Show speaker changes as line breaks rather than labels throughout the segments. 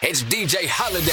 It's DJ Holiday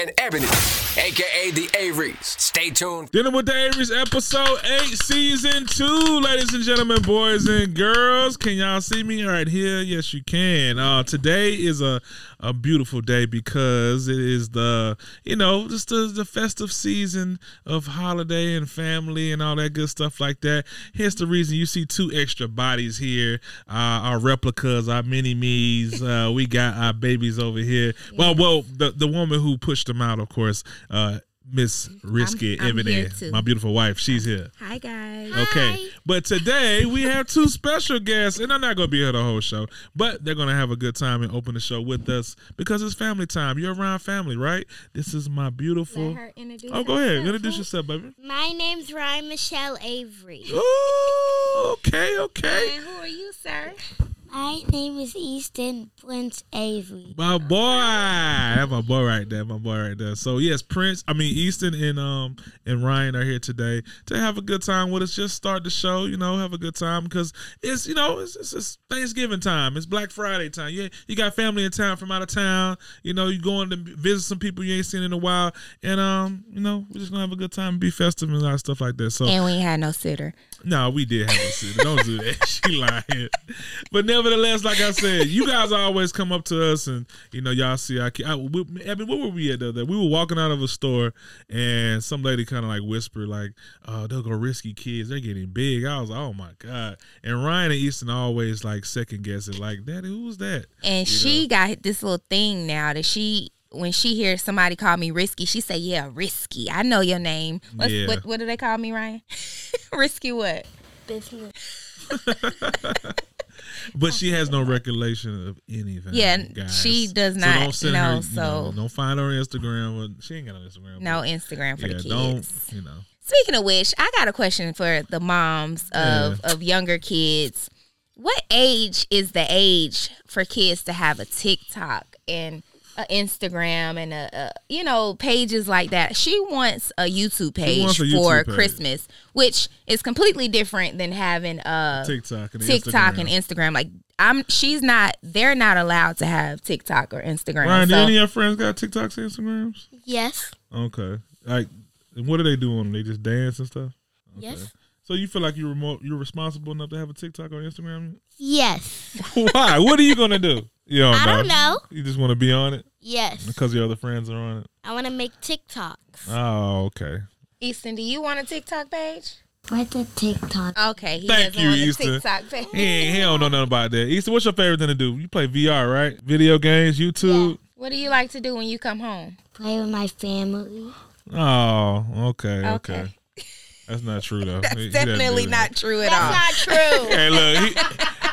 and Ebony, aka the Aries. Stay tuned.
Dealing with the Aries episode 8, season 2, ladies and gentlemen, boys and girls. Can y'all see me right here? Yes, you can. Uh, today is a, a beautiful day because it is the, you know, just the, the festive season of holiday and family and all that good stuff like that. Here's the reason you see two extra bodies here uh, our replicas, our mini me's. Uh, we got our babies over here. Well, well, the, the woman who pushed them out, of course. Uh, Miss Risky
I'm
Ebony,
here too.
my beautiful wife. She's here.
Hi guys.
Okay. But today we have two special guests, and they're not going to be here the whole show, but they're going to have a good time and open the show with us because it's family time. You're around family, right? This is my beautiful.
introduce.
Oh, go ahead. Introduce yourself, baby.
My name's Ryan Michelle Avery.
Ooh, okay, okay.
And who are you, sir?
My name is Easton Prince Avery.
My boy, that's my boy right there, my boy right there. So yes, Prince, I mean Easton and um and Ryan are here today to have a good time with us. Just start the show, you know, have a good time because it's you know it's, it's, it's Thanksgiving time, it's Black Friday time. Yeah, you got family in town from out of town. You know, you going to visit some people you ain't seen in a while, and um you know we're just gonna have a good time, be festive and a lot of stuff like that. So
And we ain't had no sitter.
no, we did have a sitter. Don't do that. she lying. But nevertheless, like I said, you guys always come up to us and, you know, y'all see our kid. I, we, I mean, where were we at the other day? We were walking out of a store and some lady kind of like whispered, like, oh, they'll go risky kids. They're getting big. I was like, oh my God. And Ryan and Easton always like second guessing, like, Daddy, who's that?
And she got this little thing now that she when she hears somebody call me risky, she say, "Yeah, risky. I know your name. What's,
Yeah.
What what do they call me, Ryan? risky what?
Business.
But she has no recollection of anything.
Yeah,
guys.
she does
So
not
don't send
know,
her, you
so-
don't find her on Instagram. Or, she ain't got an Instagram.
No
but-
Instagram for
yeah,
the kids.
don't, you know.
Speaking of which, I got a question for the moms of of younger kids. What age is the age for kids to have a TikTok and a Instagram and a, a you know pages like that? She wants a YouTube page
wants a YouTube
for
page.
Christmas, which is completely different than having a
TikTok and
TikTok
Instagram.
and Instagram. Like I'm, she's not. They're not allowed to have TikTok or Instagram.
Ryan, do
so-
any of your friends got TikToks and Instagrams?
Yes.
Okay. Like, and what do they do on them? They just dance and stuff.
Yes.
So you feel like you're more, you're responsible enough to have a TikTok or Instagram?
Yes.
Why? what are you gonna do? You don't
I don't know.
You just want to be on it
Yes.
because your other friends are on it.
I want to make TikToks.
Oh, okay.
Easton, do you want a TikTok page?
What's a TikTok?
Okay, he
Thank
doesn't
you,
want a
Easton.
TikTok page.
He, ain't- he don't know nothing about that. Easter, what's your favorite thing to do? You play VR, right? Video games, YouTube.
What do you like to do when you come home?
Play with my family.
Oh, okay, okay,
Okay.
That's not true though. He- he doesn't do
Definitely
that.
not true at all.
That's not true.
Hey, look,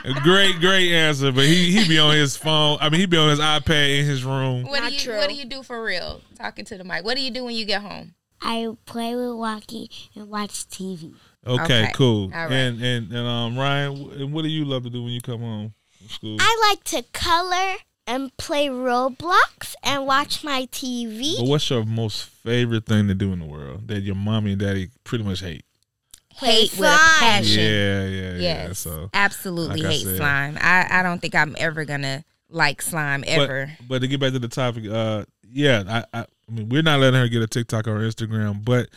he, great, great answer, but he he be on his phone. I mean, he be on his iPad in his room.
What
Not
do you
true.
What do you do for real? Talking to the mic. What do you do when you get home?
I play with Walkie and watch TV.
Okay,
Okay,
cool.
all right.
And and and um, Ryan, wh- and what do you love to do when you come home from school?
I like to color and play Roblox and watch my TV.
but what's your most favorite thing to do in the world that your mommy and daddy pretty much hate?
Hate with a
slime.
passion.
Yeah, yeah, yeah.
yes,
So,
absolutely
like I
hate
said.
slime. I I don't think I'm ever gonna like slime
but,
ever.
but to get back to the topic, uh, yeah, I, I, I mean, we're not letting her get a TikTok or Instagram, but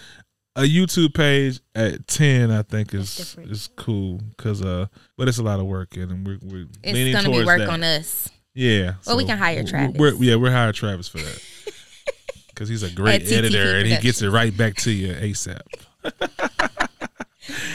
a YouTube page at ten, I think is
different.
is cool because uh, but it's a lot of work and we're we're leaning
it's gonna be
towards
work
that.
on us.
Yeah.
Well, we can hire
w- w-
Travis.
We're, yeah, we're hiring Travis for that. Because he's a
At
great
TTP
editor and he gets it right back to you ASAP.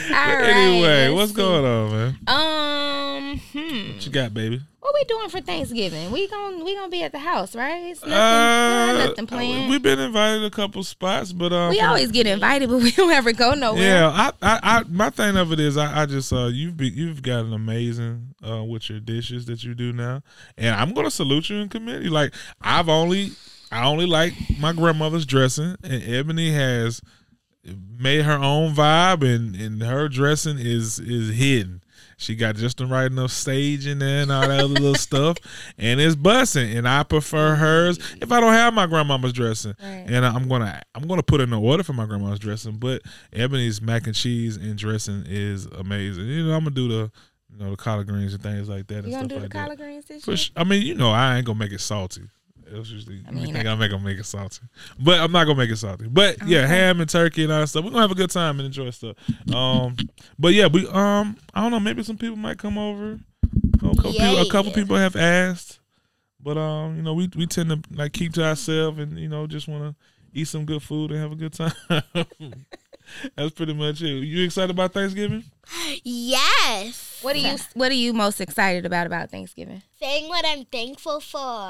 All right.
anyway,
let's
what's
see.
going on, man?
Um, hmm.
What you got, baby?
What we doing for Thanksgiving? We gon' we gonna be at the house, right? It's nothing,
Uh,
nothing planned.
We've been invited a couple spots, but um,
We always get invited, but we don't ever go nowhere.
yeah. I, I, I, my thing of it is, I, I just uh, you've be, you've gotten amazing uh with your dishes that you do now, and I'm gonna salute you and commend you. Like I've only, I only like my grandmother's dressing, and Ebony has made her own vibe and and her dressing is is hidden. She got just the right enough stage in there and all that other little stuff, and it's bussing. And I prefer hers if I don't have my grandmama's dressing.
Mm-hmm. Right.
And I'm gonna I'm gonna put in an order for my grandma's dressing. But Ebony's mac and cheese and dressing is amazing. You know I'm gonna do the you know the collard greens and things like that and
You gonna
stuff like
do the
that.
collard greens this
For
year?
su- I mean, you know, I ain't gonna make it salty. That's usually I
mean,
think I make them make it salty, but I'm not gonna make it salty. But yeah, ham and turkey and all that stuff. We're gonna have a good time and enjoy stuff. Um, but yeah, we um, I don't know. Maybe some people might come over. A couple, people, a couple
Yeah.
people have asked, but um, you know, we we tend to like keep to ourselves and you know just want to eat some good food and have a good time. That's pretty much it. You excited about Thanksgiving?
Yes.
What are you What are you most excited about about Thanksgiving?
Saying what I'm thankful for.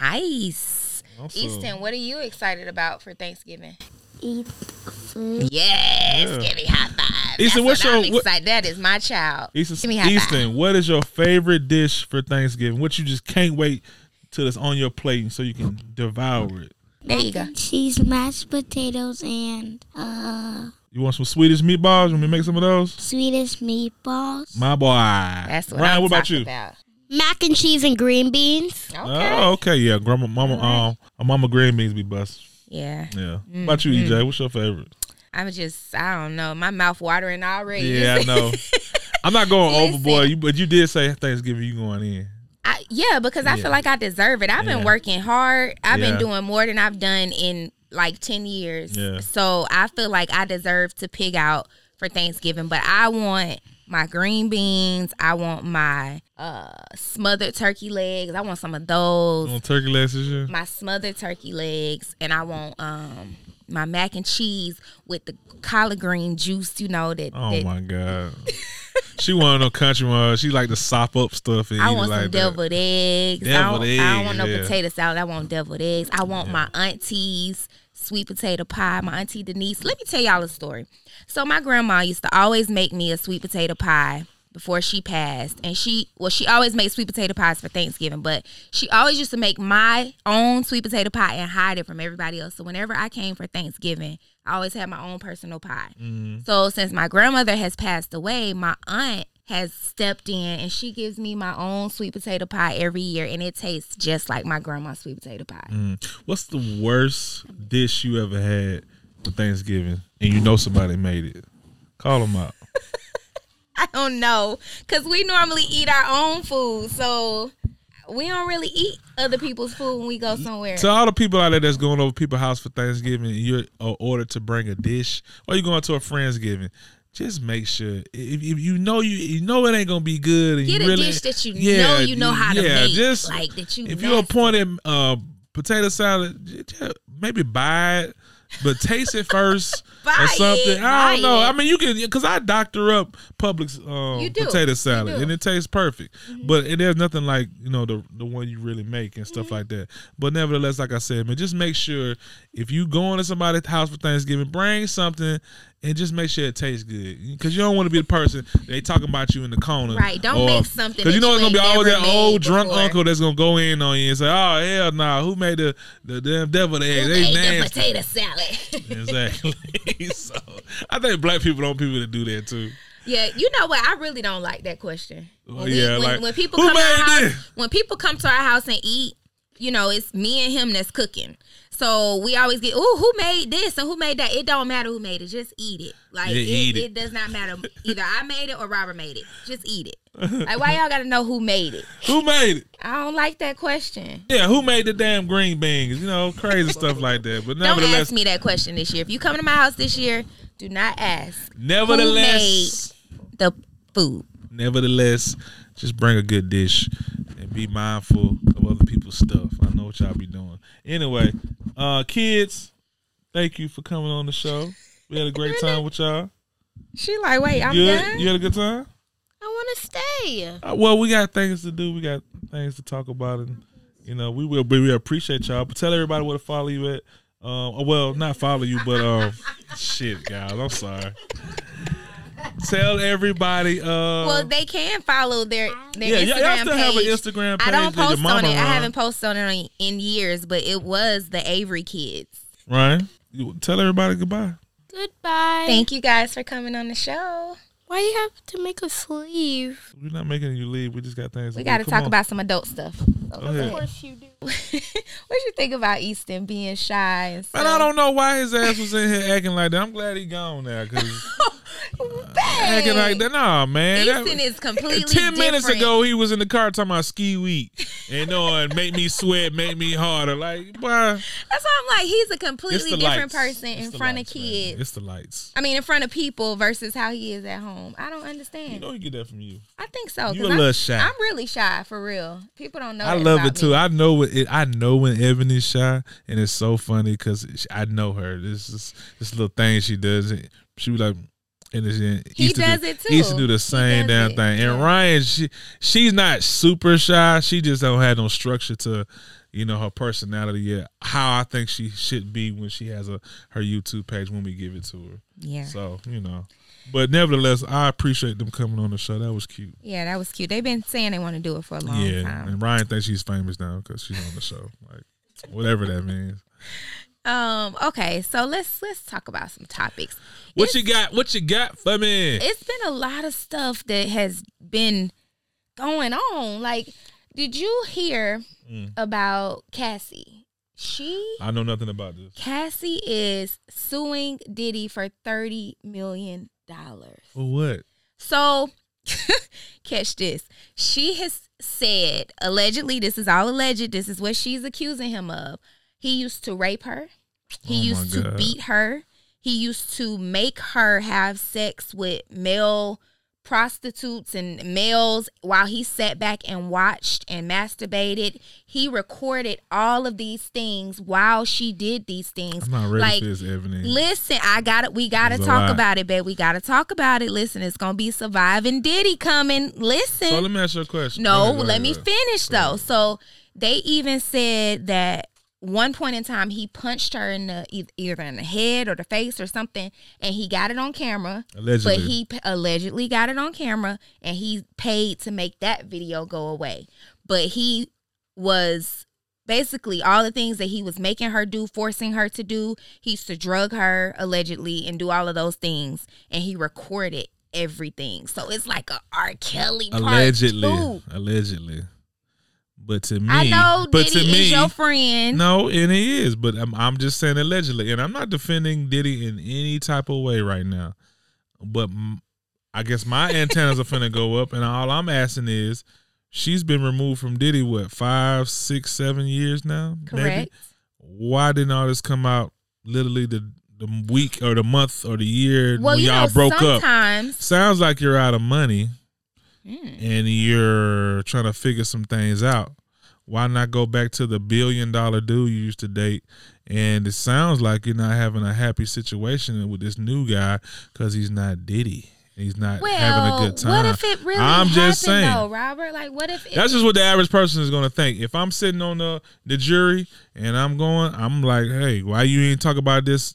Nice,
Also,
Easton. What are you excited about for Thanksgiving?
Eat food.
Yes,
Yeah.
give me high five.
Easton,
That's
what's
what
your-
I'm
what-
excited. That is my child. give
Easton,
me high five.
Easton, what is your favorite dish for Thanksgiving? What you just can't wait till it's on your plate so you can devour it.
There you go.
She's mashed potatoes and uh
You want some Swedish meatballs? When we make some of those?
Swedish meatballs.
My boy.
That's what
Ryan,
I'm
what about
talking
you?
About.
Mac and cheese and green beans.
Okay.
Oh, okay. Yeah, grandma, mama, um, uh, mama green beans be bust.
Yeah,
Yeah. What about you, EJ?
Mm-hmm.
What's your favorite?
I'm just. I don't know. My mouth watering already.
Yeah, I know. I'm not going
Listen.
overboard, you, but you did say Thanksgiving you going in.
I, yeah, because I
Yeah.
feel like I deserve it. I've
Yeah.
been working hard. I've
Yeah.
been doing more than I've done in like 10 years.
Yeah.
So I feel like I deserve to pig out for Thanksgiving, but I want my green beans. I want my uh, smothered turkey legs. I want some of those.
On turkey legs this year?
My smothered turkey legs and I want um my mac and cheese with the collard green juice, you know that,
Oh
that
my god. she wanted no country mom. She like to sop up stuff and
I
eat it
want some
like that.
deviled eggs.
Deviled
I, don't, I don't
eggs,
want no
yeah.
potato salad. I want deviled eggs. I want my auntie's sweet potato pie. My auntie Denise. Let me tell y'all a story. So my grandma used to always make me a sweet potato pie before she passed, and she well she always made sweet potato pies for Thanksgiving, but she always used to make my own sweet potato pie and hide it from everybody else. So whenever I came for Thanksgiving, I always had my own personal pie. So since my grandmother has passed away, my aunt has stepped in and she gives me my own sweet potato pie every year and it tastes just like my grandma's sweet potato pie.
Mm. What's the worst dish you ever had for Thanksgiving and you know somebody made it? Call them out.
I don't know cuz we normally eat our own food. So we don't really eat other people's food when we
Mm.
go somewhere.
To all the people out there that's going over people's house for Thanksgiving and you're uh, ordered to bring a dish or you're going to a friend's giving, just make sure if, if you know you you know it ain't gonna be good and
Get
you
a
really,
dish that you know you know how to make, like, that you
if you're
master.
appointed uh potato salad j- j- maybe buy it but taste it first
Buy
or
it,
something I don't
buy
know
it.
I mean you can because I doctor up Publix um,
You do,
potato
you
salad
do. Mm-hmm.
and it tastes perfect but it, there's nothing like you know the the one you really make and
Mm-hmm.
stuff like that but nevertheless like I said man just make sure if you going to somebody's house for Thanksgiving bring something and just make sure it tastes good because you don't want to be the person they talking about you in the corner
Right, don't
or-
make something
you
that
know it's
you
gonna be
ain't
always
never
that old
made
drunk
before.
uncle that's gonna go in on you and say, "Oh hell nah, who made the the damn devil eggs? They
Made the
nasty."
potato salad.
exactly. so I think black people don't people that do that too.
Yeah, you know what? I really don't like that question.
Oh, yeah,
when,
like,
when people
who
come to our
made
house,
this?
when people come to our house and eat, you know, it's me and him that's cooking. So we always get, oh, who made this and who made that? It don't matter who made it. Just eat it. Like
Yeah,
it,
eat
it.
it.
does not matter either I made it or Robert made it. Just eat it. Like why y'all gotta know who made it?
Who made it?
I don't like that question.
Yeah, who made the damn green beans? You know, crazy stuff like that. But
Don't
nevertheless,
ask me that question this year. If you come to my house this year, do not ask
nevertheless,
the food.
nevertheless, just bring a good dish and be mindful of other people's stuff. I know what y'all be doing. Anyway, uh, kids, thank you for coming on the show. We had a great time with y'all.
She like, wait, I'm
You
done.
had, you had a good time?
I want to stay.
Uh, well, we got things to do. We got things to talk about, and you know, we will. But we appreciate y'all. But tell everybody where to follow you at. Um, uh, well, not follow you, but um, shit, guys, I'm sorry. Tell everybody. Uh,
Well, they can follow their
yeah,
their
y'all- y'all
Instagram
still
page.
have an Instagram page
I don't
that your
post
mama
on it. I
run.
haven't posted on it in, in years, but it was the Avery Kids.
Ryan, you, tell everybody goodbye.
Goodbye.
Thank you guys for coming on the show.
Why you have to make us leave?
We're not making you leave. We just got things.
We
do.
got to
Come
talk
on.
about some adult stuff.
Go ahead.
course you do.
what you think about Easton being shy? And
Man, I
stuff?
don't know why his ass was in here acting like that. I'm glad he gone now because acting like that. Nah, man. that-
Easton is completely
Ten minutes
different.
ago, he was in the car talking about ski week and knowing make me sweat, make me harder. Like, boy,
That's why I'm like, he's
it's
a
the
completely
lights.
different person
It's
in
the
front
lights,
of
man.
kids.
It's the lights.
I mean, in front of people versus how he is at home. I don't understand.
You know you get that from you.
I think so.
you
'cause
a
I'm,
little shy.
I'm really shy for real. People don't know.
I
that
love
about
it too.
me.
I know what it. I know when Evan is shy, and it's so funny because I know her. This is this little thing she does. and She be like, and it's, and
He
used to
does
do,
it,
Used to
too.
do the
He
same
does
damn
it,
thing. And
yeah.
Ryan, she she's not super shy. She just don't have no structure to, you know, her personality yet. How I think she should be when she has a her YouTube page when we give it to her.
Yeah.
So you know, but nevertheless, I appreciate them coming on the show. That was cute.
Yeah, that was cute. They've been saying they want to do it for a long
Yeah,
time.
and Ryan thinks she's famous now because she's on the show. Like whatever that means.
Um. Okay. So let's let's talk about some topics.
What you got? What you got for me?
It's been a lot of stuff that has been going on. Like, did you hear
Mm.
about Cassie? She
I know nothing about this.
Cassie is suing Diddy for thirty million dollars.
Well, what?
So, catch this. She has said, allegedly, this is all alleged, this is what she's accusing him of. He used to rape her, he
Oh, my
used to
God.
beat her, he used to make her have sex with male prostitutes and males while he sat back and watched and masturbated. He recorded all of these things while she did these things.
I'm not ready
Like,
for this, Ebony.
Listen, I got it. We got to
Mm. It's a
talk
lot.
about it, babe. We got to talk about it. Listen, it's gonna be surviving Diddy coming. Listen,
so let me ask you a question.
no,
Go ahead, go
let
ahead,
me
go ahead.
finish though. So they even said that one point in time he punched her in the eith- either in the head or the face or something, and he got it on camera.
Allegedly.
but he p- allegedly got it on camera, and he paid to make that video go away. But he was basically all the things that he was making her do, forcing her to do. He used to drug her allegedly and do all of those things, and he recorded everything. So it's like a R. Kelly part
allegedly,
two.
allegedly. But to me,
I know
but
Diddy
to me,
is your friend.
No, and he is, but I'm I'm just saying allegedly, and I'm not defending Diddy in any type of way right now. But m- I guess my antennas are finna go up, and all I'm asking is, she's been removed from Diddy what five, six, seven years now. maybe?
Correct.
Why didn't all this come out literally the the week or the month or the year
Well,
when
you
y'all
know,
broke up?
sometimes hmm.
Sounds like you're out of money and you're trying to figure some things out. Why not go back to the billion dollar dude you used to date? And it sounds like you're not having a happy situation with this new guy because he's not Diddy. He's not
well,
having a good time.
what if it really
I'm
happened
just saying.
though, Robert? Like, what if it,
That's just what the average person is gonna think. If I'm sitting on the the jury and I'm going, I'm like, hey, why you ain't talk about this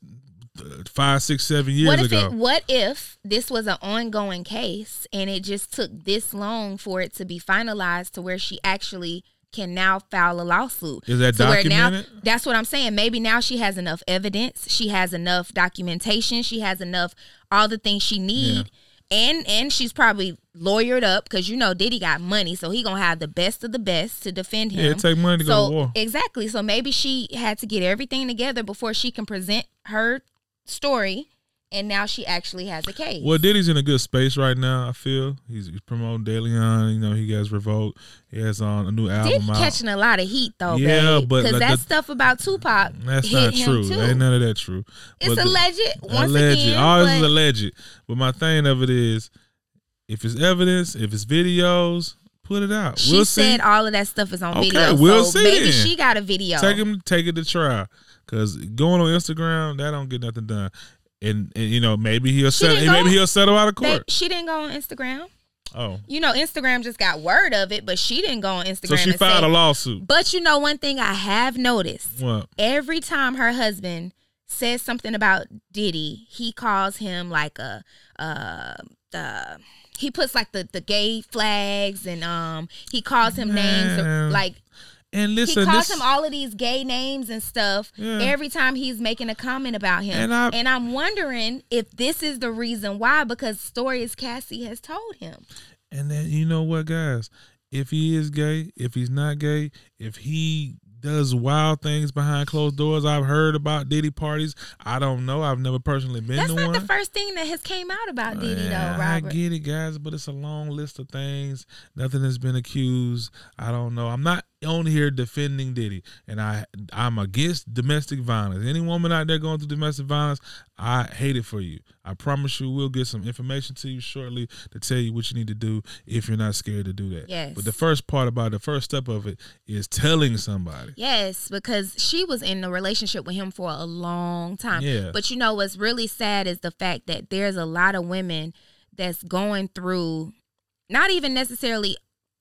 uh, five, six, seven years
what if
ago?
it, what if this was an ongoing case and it just took this long for it to be finalized to where she actually can now file a lawsuit?
Is that
to where now?
documented?
That's what I'm saying. Maybe now she has enough evidence. She has enough documentation. She has enough all the things she need.
Yeah.
And and she's probably lawyered up because you know Diddy got money, so he gonna have the best of the best to defend him.
Yeah, it take money to go
so,
to war.
Exactly. So maybe she had to get everything together before she can present her story, and now she actually has a case.
Well, Diddy's in a good space right now. I feel he's, he's promoting De Leon. You know, he has Revolt. He has on a new
Diddy
album out.
catching a lot of heat though,
Yeah,
babe,
but
because
like
that
the-
stuff about Tupac
That's
hit
not
him
true.
too.
Ain't none of that true.
it's
But the-
alleged. Once
alleged.
again,
All this is
but-
alleged. But my thing of it is, if it's evidence, if it's videos, put it out.
She
we'll see.
said all of that stuff is on
Okay,
video.
we'll
so
see
Maybe
then.
she got a video.
Take him, take it to trial. Cause going on Instagram, that don't get nothing done. And, and you know, maybe he'll settle.
didn't go
Maybe
on-
he'll settle out of
They-
court.
she didn't go on Instagram.
oh,
You know, Instagram just got word of it, but she didn't go on Instagram.
so she
and
filed
say-
a lawsuit.
But you know, one thing I have noticed
What?
every time her husband says something about Diddy, he calls him like a uh uh he puts like the the gay flags and um he calls him names
Man.
or, like
And
he
listen,
calls
this,
him all of these gay names and stuff
Yeah.
every time he's making a comment about him.
And
And,
I-
I, am wondering if this is the reason why, because stories Cassie has told him.
And then you know what, guys? If he is gay, if he's not gay, if he does wild things behind closed doors. I've heard about Diddy parties. I don't know. I've never personally been
That's
to
not
one.
the first thing that has came out about Diddy
Yeah,
though, Robert.
I get it, guys, but it's a long list of things. Nothing has been accused. I don't know. I'm not on here defending Diddy, and I I'm against domestic violence. Any woman out there going through domestic violence, I hate it for you. I promise you, we'll get some information to you shortly to tell you what you need to do if you're not scared to do that.
Yes.
But the first part about the first step of it is telling somebody.
Yes, because she was in a relationship with him for a long time.
Yeah.
But you know what's really sad is the fact that there's a lot of women that's going through not even necessarily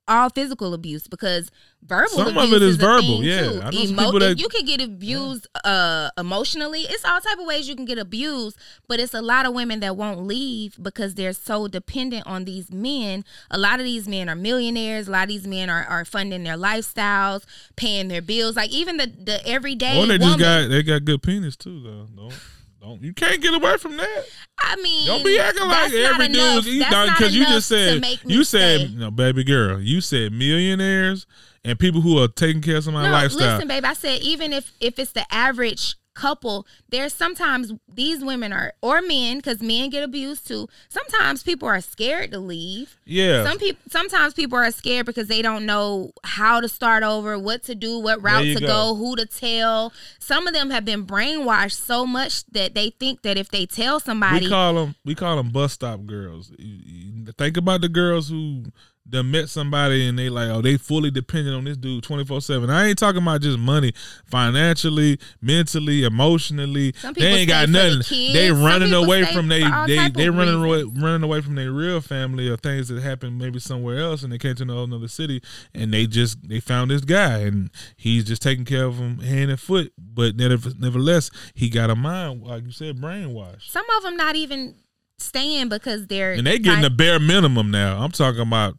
all physical abuse because verbal
Some
abuse
of it is
a
verbal,
thing,
yeah.
too.
I know some
Emo-
people that-
you can get abused uh emotionally it's all type of ways you can get abused but it's a lot of women that won't leave because they're so dependent on these men a lot of these men are millionaires a lot of these men are, are funding their lifestyles paying their bills like even the the everyday
or they just
woman,
got they got good penis too, though. Don't don't you can't get away from that.
i mean
Don't be acting like
that's not
every
enough.
dude you
That's not
because you
enough
just
to
said
make me
you said
stay.
no baby girl. You said millionaires and people who are taking care of somebody's
no,
lifestyle.
Listen, babe, I said even if if it's the average couple, there's sometimes these women are or men because men get abused too. Sometimes people are scared to leave.
yeah,
Some people sometimes people are scared because they don't know how to start over, what to do, what route
you
to go.
go.
who to tell. Some of them have been brainwashed so much that they think that if they tell somebody,
we call them we call them bus stop girls. You- you- Think about the girls who done met somebody and they like oh they fully dependent on this dude twenty four seven. I ain't talking about just money, financially, mentally, emotionally.
Some
They
people
ain't got
stay for the
nothing.
kids.
They
Some
running
people
away
stay
from
for
they
all
they
type
they
of
running away running away from their real family or things that happened maybe somewhere else and they came to another city and they just they found this guy and he's just taking care of them hand and foot. But never- nevertheless, he got a mind like you said brainwashed.
some of them not even staying because they're
And they getting
like,
the bare minimum now. I'm talking about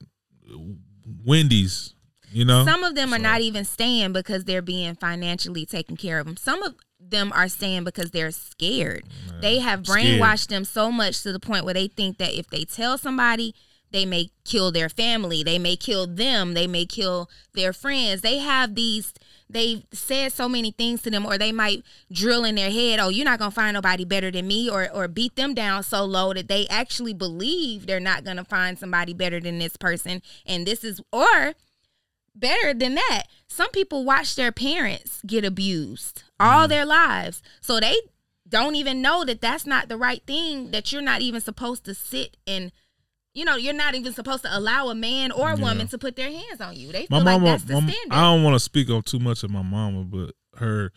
Wendy's, you know?
Some of them are not even staying because they're being financially taken care of them. Some of them are staying because they're scared. They have
scared.
brainwashed them so much to the point where they think that if they tell somebody, they may kill their family, they may kill them, they may kill their friends. They have these they've said so many things to them or they might drill in their head, "Oh, you're not going to find nobody better than me," or or beat them down so low that they actually believe they're not going to find somebody better than this person. And this is or better than that. Some people watch their parents get abused
Mm.
all their lives. So they don't even know that that's not the right thing, that you're not even supposed to sit and, you know, you're not even supposed to allow a man or a woman to put their hands on you. They
my
feel
mama,
like that's the
my-
standard.
I don't want to speak on too much of my mama, but her,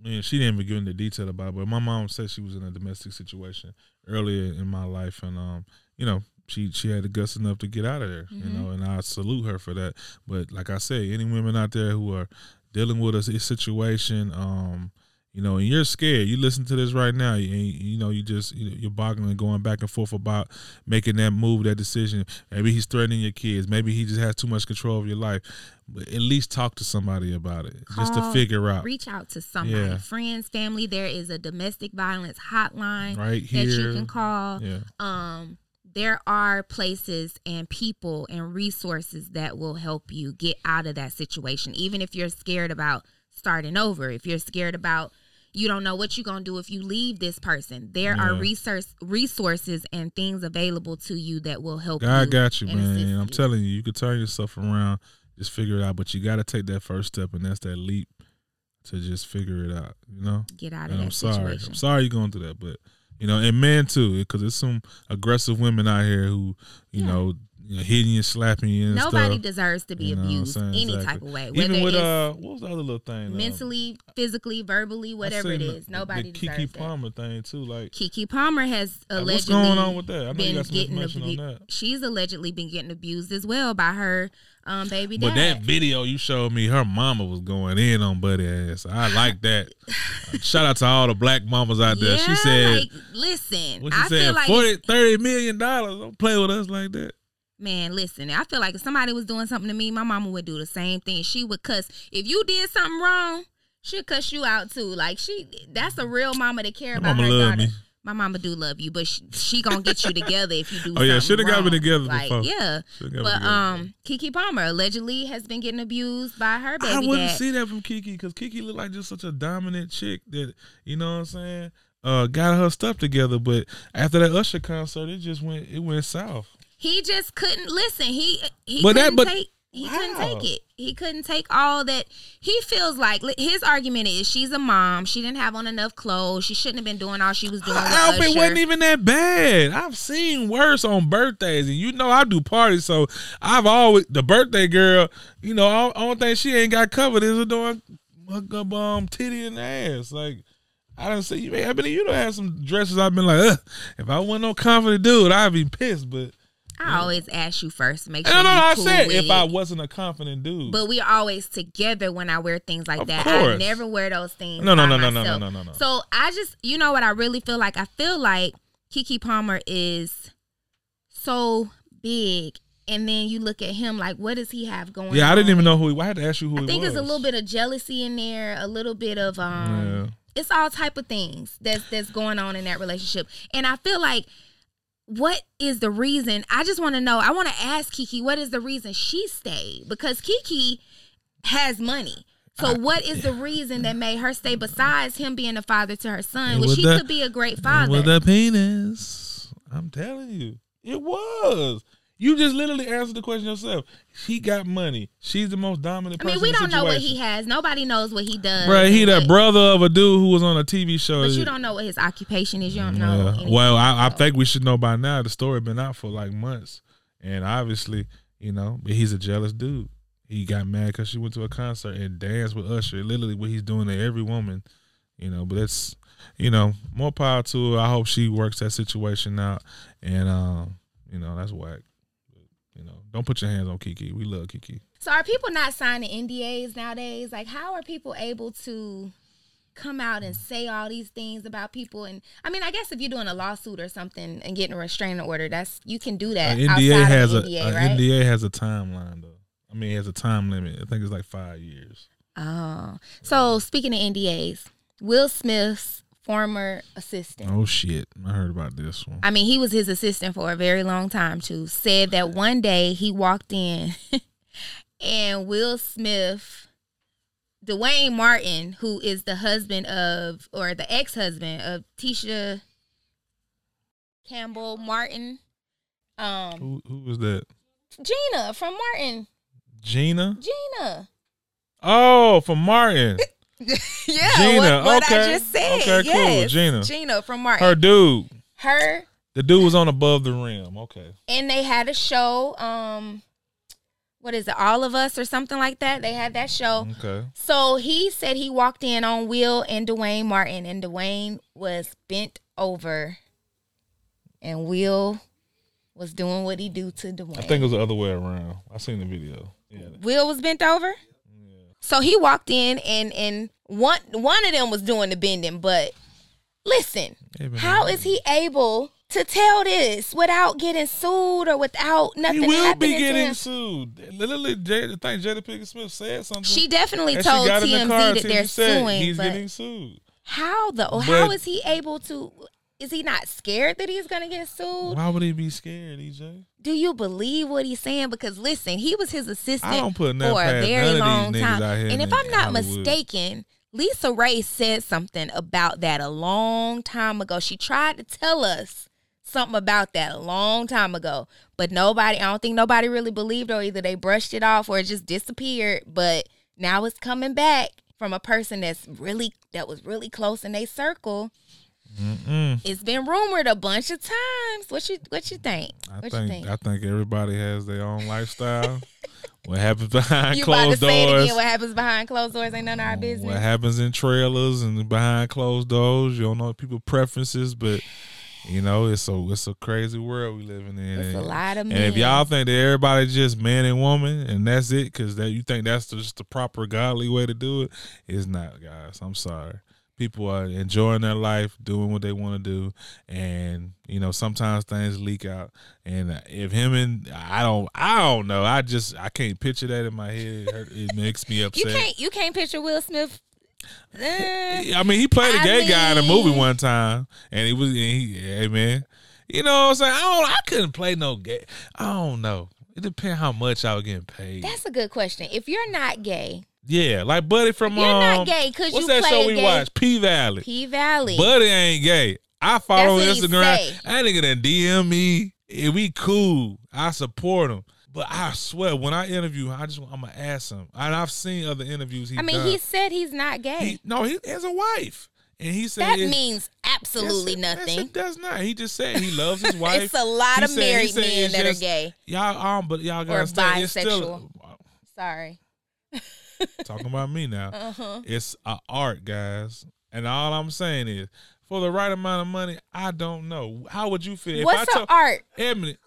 man, she didn't even get into detail about it. But my mom said she was in a domestic situation earlier in my life. And, um, you know, she, she had the guts enough to get out of there, you know,
Mm-hmm.
and I salute her for that. But like I say, any women out there who are dealing with a s- situation, um, you know, and you're scared. You listen to this right now, and you know, you just you know, you're boggling and going back and forth about making that move, that decision. Maybe he's threatening your kids. Maybe he just has too much control of your life. But at least talk to somebody about it, just to
Call,
figure out.
Reach out to somebody,
Yeah.
friends, family. There is a domestic violence hotline
Right
that
here.
you can call.
Yeah,
um there are places and people and resources that will help you get out of that situation even if you're scared about starting over if you're scared about you don't know what you're going to do if you leave this person there are
Yeah.
resource resources and things available to you that will help
God
you
got you,
Mm-hmm. and assist
man. I'm
you.
telling you, you can turn yourself around. Just figure it out, but you got to take that first step, and that's that leap to just figure it out. You know.
get out of
And
that
I'm sorry.
situation
I'm sorry you're going through that, but you know, and men too, because there's some aggressive women out here who, you know, you know, hitting you, slapping you, and
nobody
stuff.
deserves to be
You know what I'm
abused
saying?
any
Exactly.
type of way whether
Even with
it's
uh, what was the other little thing? uh,
mentally physically verbally
I
whatever it
seen
is
the-
nobody
the Kiki
deserves that.
Palmer thing too. Like,
Kiki Palmer has
Like,
allegedly
what's going on with that? I know you
been
got some
getting
information on
abu-
that.
She's allegedly been getting abused as well by her um, baby
but that
dad.
video you showed me, her mama was going in on Buddy ass. I like that. Shout out to all the black mamas out there.
yeah,
she said,
like, listen,
what she
I feel
said,
like,
forty, thirty million dollars. Don't play with us like that.
man, listen, I feel like if somebody was doing something to me, my mama would do the same thing. She would cuss. If you did something wrong, she'll cuss you out too. Like she, that's a real mama to care
Your
about
mama
her
love
daughter.
me.
my mama do love you, but she, she gonna get you together if you do.
Oh, yeah,
something
shoulda got me
wrong.
together
Like,
before.
Yeah,
Shoulda got me
but
together.
um, Kiki Palmer allegedly has been getting abused by her baby
I wouldn't
dad.
see that from Kiki because Kiki looked like just such a dominant chick that you know what I'm saying. Uh, got her stuff together, but after that Usher concert, it just went it went south.
he just couldn't listen. He he
But that-
couldn't
but-
take he couldn't
Wow.
take it. He couldn't take all that. He feels like li- his argument is she's a mom. She didn't have on enough clothes. She shouldn't have been doing all she was doing. With
Outfit
Usher.
wasn't even that bad. I've seen worse on birthdays, and you know I do parties, so I've always the birthday girl. You know, all, only thing she ain't got covered is a darn hook up um titty and ass. Like I don't see you. I mean, you don't have some dresses. I've been like, Ugh, if I wasn't no confident dude, I'd be pissed. But
I always ask you first. Make
No,
sure
no, no,
you
I
cool
said
with
if I
it.
wasn't a confident dude.
But we always together when I wear things like
Of
that. I
course.
never wear those things.
No, no,
by
no, no, no,
myself.
no, no, no, no.
So I just, you know what I really feel like? I feel like Kiki Palmer is so big. And then you look at him like, what does he have going
yeah, I didn't
on?
even know who he. I had to ask you who
I
he
think
was.
there's a little bit of jealousy in there, a little bit of um
Yeah.
it's all type of things that's that's going on in that relationship. And I feel like what is the reason? I just want to know. I want to ask Kiki what is the reason she stayed because Kiki has money. So what is the reason that made her stay besides him being a father to her son, which
With
he
that-
could be a great father?
With a penis. I'm telling you. It was. You just literally answered the question yourself. She got money. She's the most dominant
I
person.
mean, we
in the
don't know what he
situation.
has. Nobody knows what he does.
Bruh, he
and
the
what-
brother of a dude who was on a TV show.
But you don't know what his occupation is. You don't know.
Yeah.
anything.
Well, I, I
So-
think we should know by now. The story been out for like months, and obviously, you know, but he's a jealous dude. He got mad because she went to a concert and danced with Usher. Literally, what he's doing to every woman, you know. But that's, you know, more power to her. I hope she works that situation out, and um, you know, that's whack. You know, don't put your hands on Kiki. We love Kiki.
So are people not signing NDAs nowadays? Like how are people able to come out and say all these things about people and I mean I guess if you're doing a lawsuit or something and getting a restraining order, that's you can do that.
An NDA
outside
has
of
Uh, a, uh,
NDA,
a
right?
NDA has a timeline though. I mean, it has a time limit. I think it's like five years.
Oh. So speaking of NDAs, Will Smith's former assistant.
Oh shit! I heard about this one.
I mean, he was his assistant for a very long time too. Said that one day he walked in and Will Smith, Dwayne Martin, who is the husband of or the ex-husband of Tisha Campbell Martin, um
Who who was that?
Gina from Martin,
Gina?
Gina.
Oh, from Martin.
Yeah,
Gina,
what, what
okay.
I just said.
Okay, cool,
yes.
Gina.
Gina from Martin.
Her dude.
her
The dude was on above the rim. Okay.
and they had a show um what is it all of us or something like that they had that show
Okay.
so he said he walked in on will and dwayne martin and dwayne was bent over and will was doing what he do to dwayne
I think it was the other way around. I seen the video. Yeah.
will was bent over so he walked in and and one one of them was doing the bending but listen
Hey, man.
how is he able to tell this without getting sued or without
He
nothing
will
happening
be
to
getting
him?
sued. Literally, Jada, I think Jada Pinkett Smith said something.
She definitely
and she
told
got in the
TMZ
car,
that
TMZ
they're
said
suing.
He's
But
getting sued.
how though? how
But-
is he able to? Is he not scared that he's gonna get sued?
Why would he be scared, E EJ?
Do you believe what he's saying? Because listen, he was his assistant
I don't put nothing
for a
past
very
none of these
long
niggas
time.
out here
And
in
if I'm not
Hollywood.
mistaken, Lisa Ray said something about that a long time ago. She tried to tell us something about that a long time ago, but nobody, I don't think nobody really believed her. Either they brushed it off or it just disappeared. But now it's coming back from a person that's really that was really close in their circle. It's been rumored a bunch of times. What you what you think?
I
What you
think,
think?
I think everybody has their own lifestyle. what happens behind
You about to
closed
say it
doors? Oh,
again? What happens behind closed doors ain't none of our business.
What happens in trailers and behind closed doors? You don't know people's preferences, but you know it's a it's a crazy world we living in.
It's a
And-
lot of
And
men.
if y'all think that everybody just man and woman and that's it, because that you think that's just the proper godly way to do it, it's not, guys. I'm sorry. People are enjoying their life, doing what they want to do, and you know sometimes things leak out. And uh, if him and I don't, I don't know. I just I can't picture that in my head. It, hurt- it makes me
you
upset.
can't you can't picture Will Smith Eh,
I mean, he played a
I
gay guy in a movie
mean-
one time, and he was, and he, hey man, you know what I'm saying? I don't, I couldn't play no gay. I don't know. It depends how much I was getting paid.
that's a good question. If you're not gay,
yeah, like Buddy from
You're
um,
not gay, could
what's
you
that
play
show
a
we
gay-
watched? P Valley.
P Valley.
Buddy ain't gay. I follow
That's
him
what
on Instagram.
he say.
That nigga done DM me. If we cool, I support him. But I swear, when I interview, I just I'm gonna ask him. And I've seen other interviews. He
I mean,
done.
he said he's not gay.
He- no, he has a wife, and he said
that
it-
means absolutely
Yes, it-
nothing.
Yes, it does not. He just said he loves his wife.
It's a lot
He
of
said- he
married
said
men
it's
that
just-
are gay.
Y'all, um, but y'all gotta understand, it's still
Sorry.
talking about me now.
Uh huh.
It's a art, guys, and all I'm saying is, for the right amount of money, I don't know. How would you feel?
What's
I
an art?
Edmund,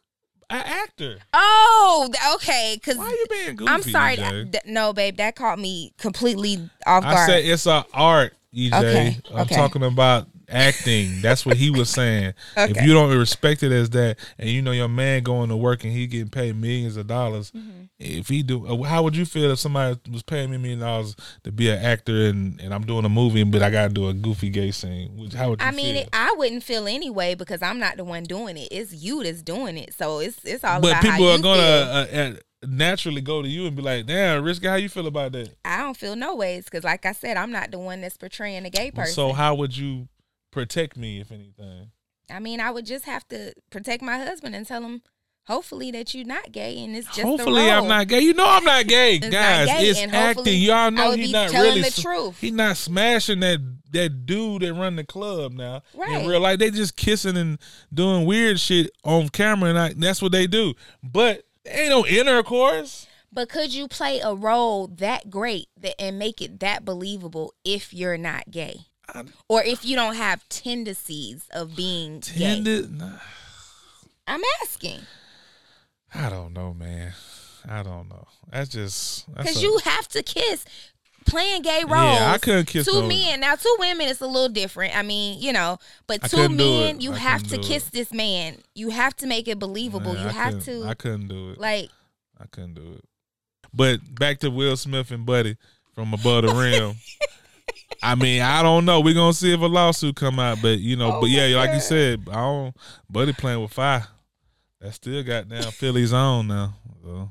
an actor.
Oh, th- okay. Because
Why are you being goofy?
I'm sorry.
EJ?
th- th- no, babe, that caught me completely off
I
guard.
said it's an art, EJ.
Okay,
I'm
okay.
talking about acting. That's what he was saying. If
Okay.
you don't respect it as that, and you know your man going to work and he getting paid millions of dollars,
Mm-hmm.
if he do, uh, how would you feel if somebody was paying me a million dollars to be an actor and, and I'm doing a movie, but I got to do a goofy gay scene? Would- How would you
I mean,
feel?
it, I wouldn't feel anyway because I'm not the one doing it. It's you that's doing it. So it's it's all
but
about
people
how
are
you
gonna
feel.
uh, uh, naturally go to you and be like, "Damn, Rich guy, how you feel about that?"
I don't feel no ways because, like I said, I'm not the one that's portraying a gay person.
So how would you protect me if anything?
I mean, I would just have to protect my husband and tell him, hopefully, that you're not gay and it's just
hopefully
the
I'm
role.
not gay. You know I'm not gay,
It's not
guys.
gay,
it's
and hopefully
acting. Y'all
I
know
would
he's
be
not
telling
really.
the
s-
truth.
He not smashing that that dude that run the club now.
Right.
In real life, they just kissing and doing weird shit on camera, and I, that's what they do. But there ain't no intercourse.
But could you play a role that great that, and make it that believable if you're not gay? Or if you don't have tendencies of being gay?
Tended, nah,
I'm asking.
I don't know, man. I don't know. That's just that's
Because
a-
you have to kiss playing gay roles.
Yeah, I couldn't kiss
Two
no-
men. Now, two women, it's a little different. I mean, you know, but
I
two
couldn't do
men,
it.
you
I
have to
couldn't do
kiss this man. You have to make it believable.
Nah,
you
I
have
couldn't-
to,
I couldn't do it.
like,
I couldn't do it. But back to Will Smith and Buddy from Above the Rim. I mean, I don't know. We're gonna see if a lawsuit come out, but you know,
Oh
but yeah,
my
like you
God.
said, I don't Buddy playing with fire. That still got down Philly's on now. So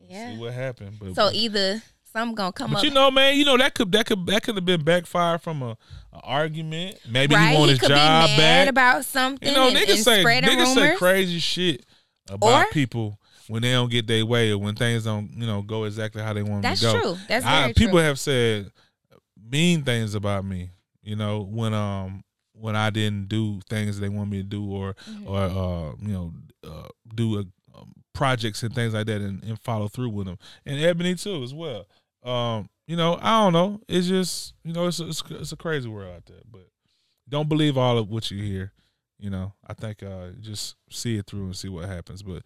see
yeah.
what happened. But,
So either some going to come
but
up.
you know, man, you know that could that could that could have been backfire from a, a argument. Maybe
right?
he want his
could
job
be mad
back.
about something.
You know,
and,
niggas
and
say
spreading
niggas
rumors.
say crazy shit about
Or-
people when they don't get their way or when things don't you know go exactly how they want
That's
to go.
true. That's
I-
very
people
true.
have said mean things about me. You know when um when I didn't do things they want me to do or
Mm-hmm.
or uh you know uh, do a, um, projects and things like that and, and follow through with them and Ebony too as well. Um you know I don't know. It's just you know it's a, it's, a- it's a crazy world out there, but don't believe all of what you hear. You know, I think uh, just see it through and see what happens. But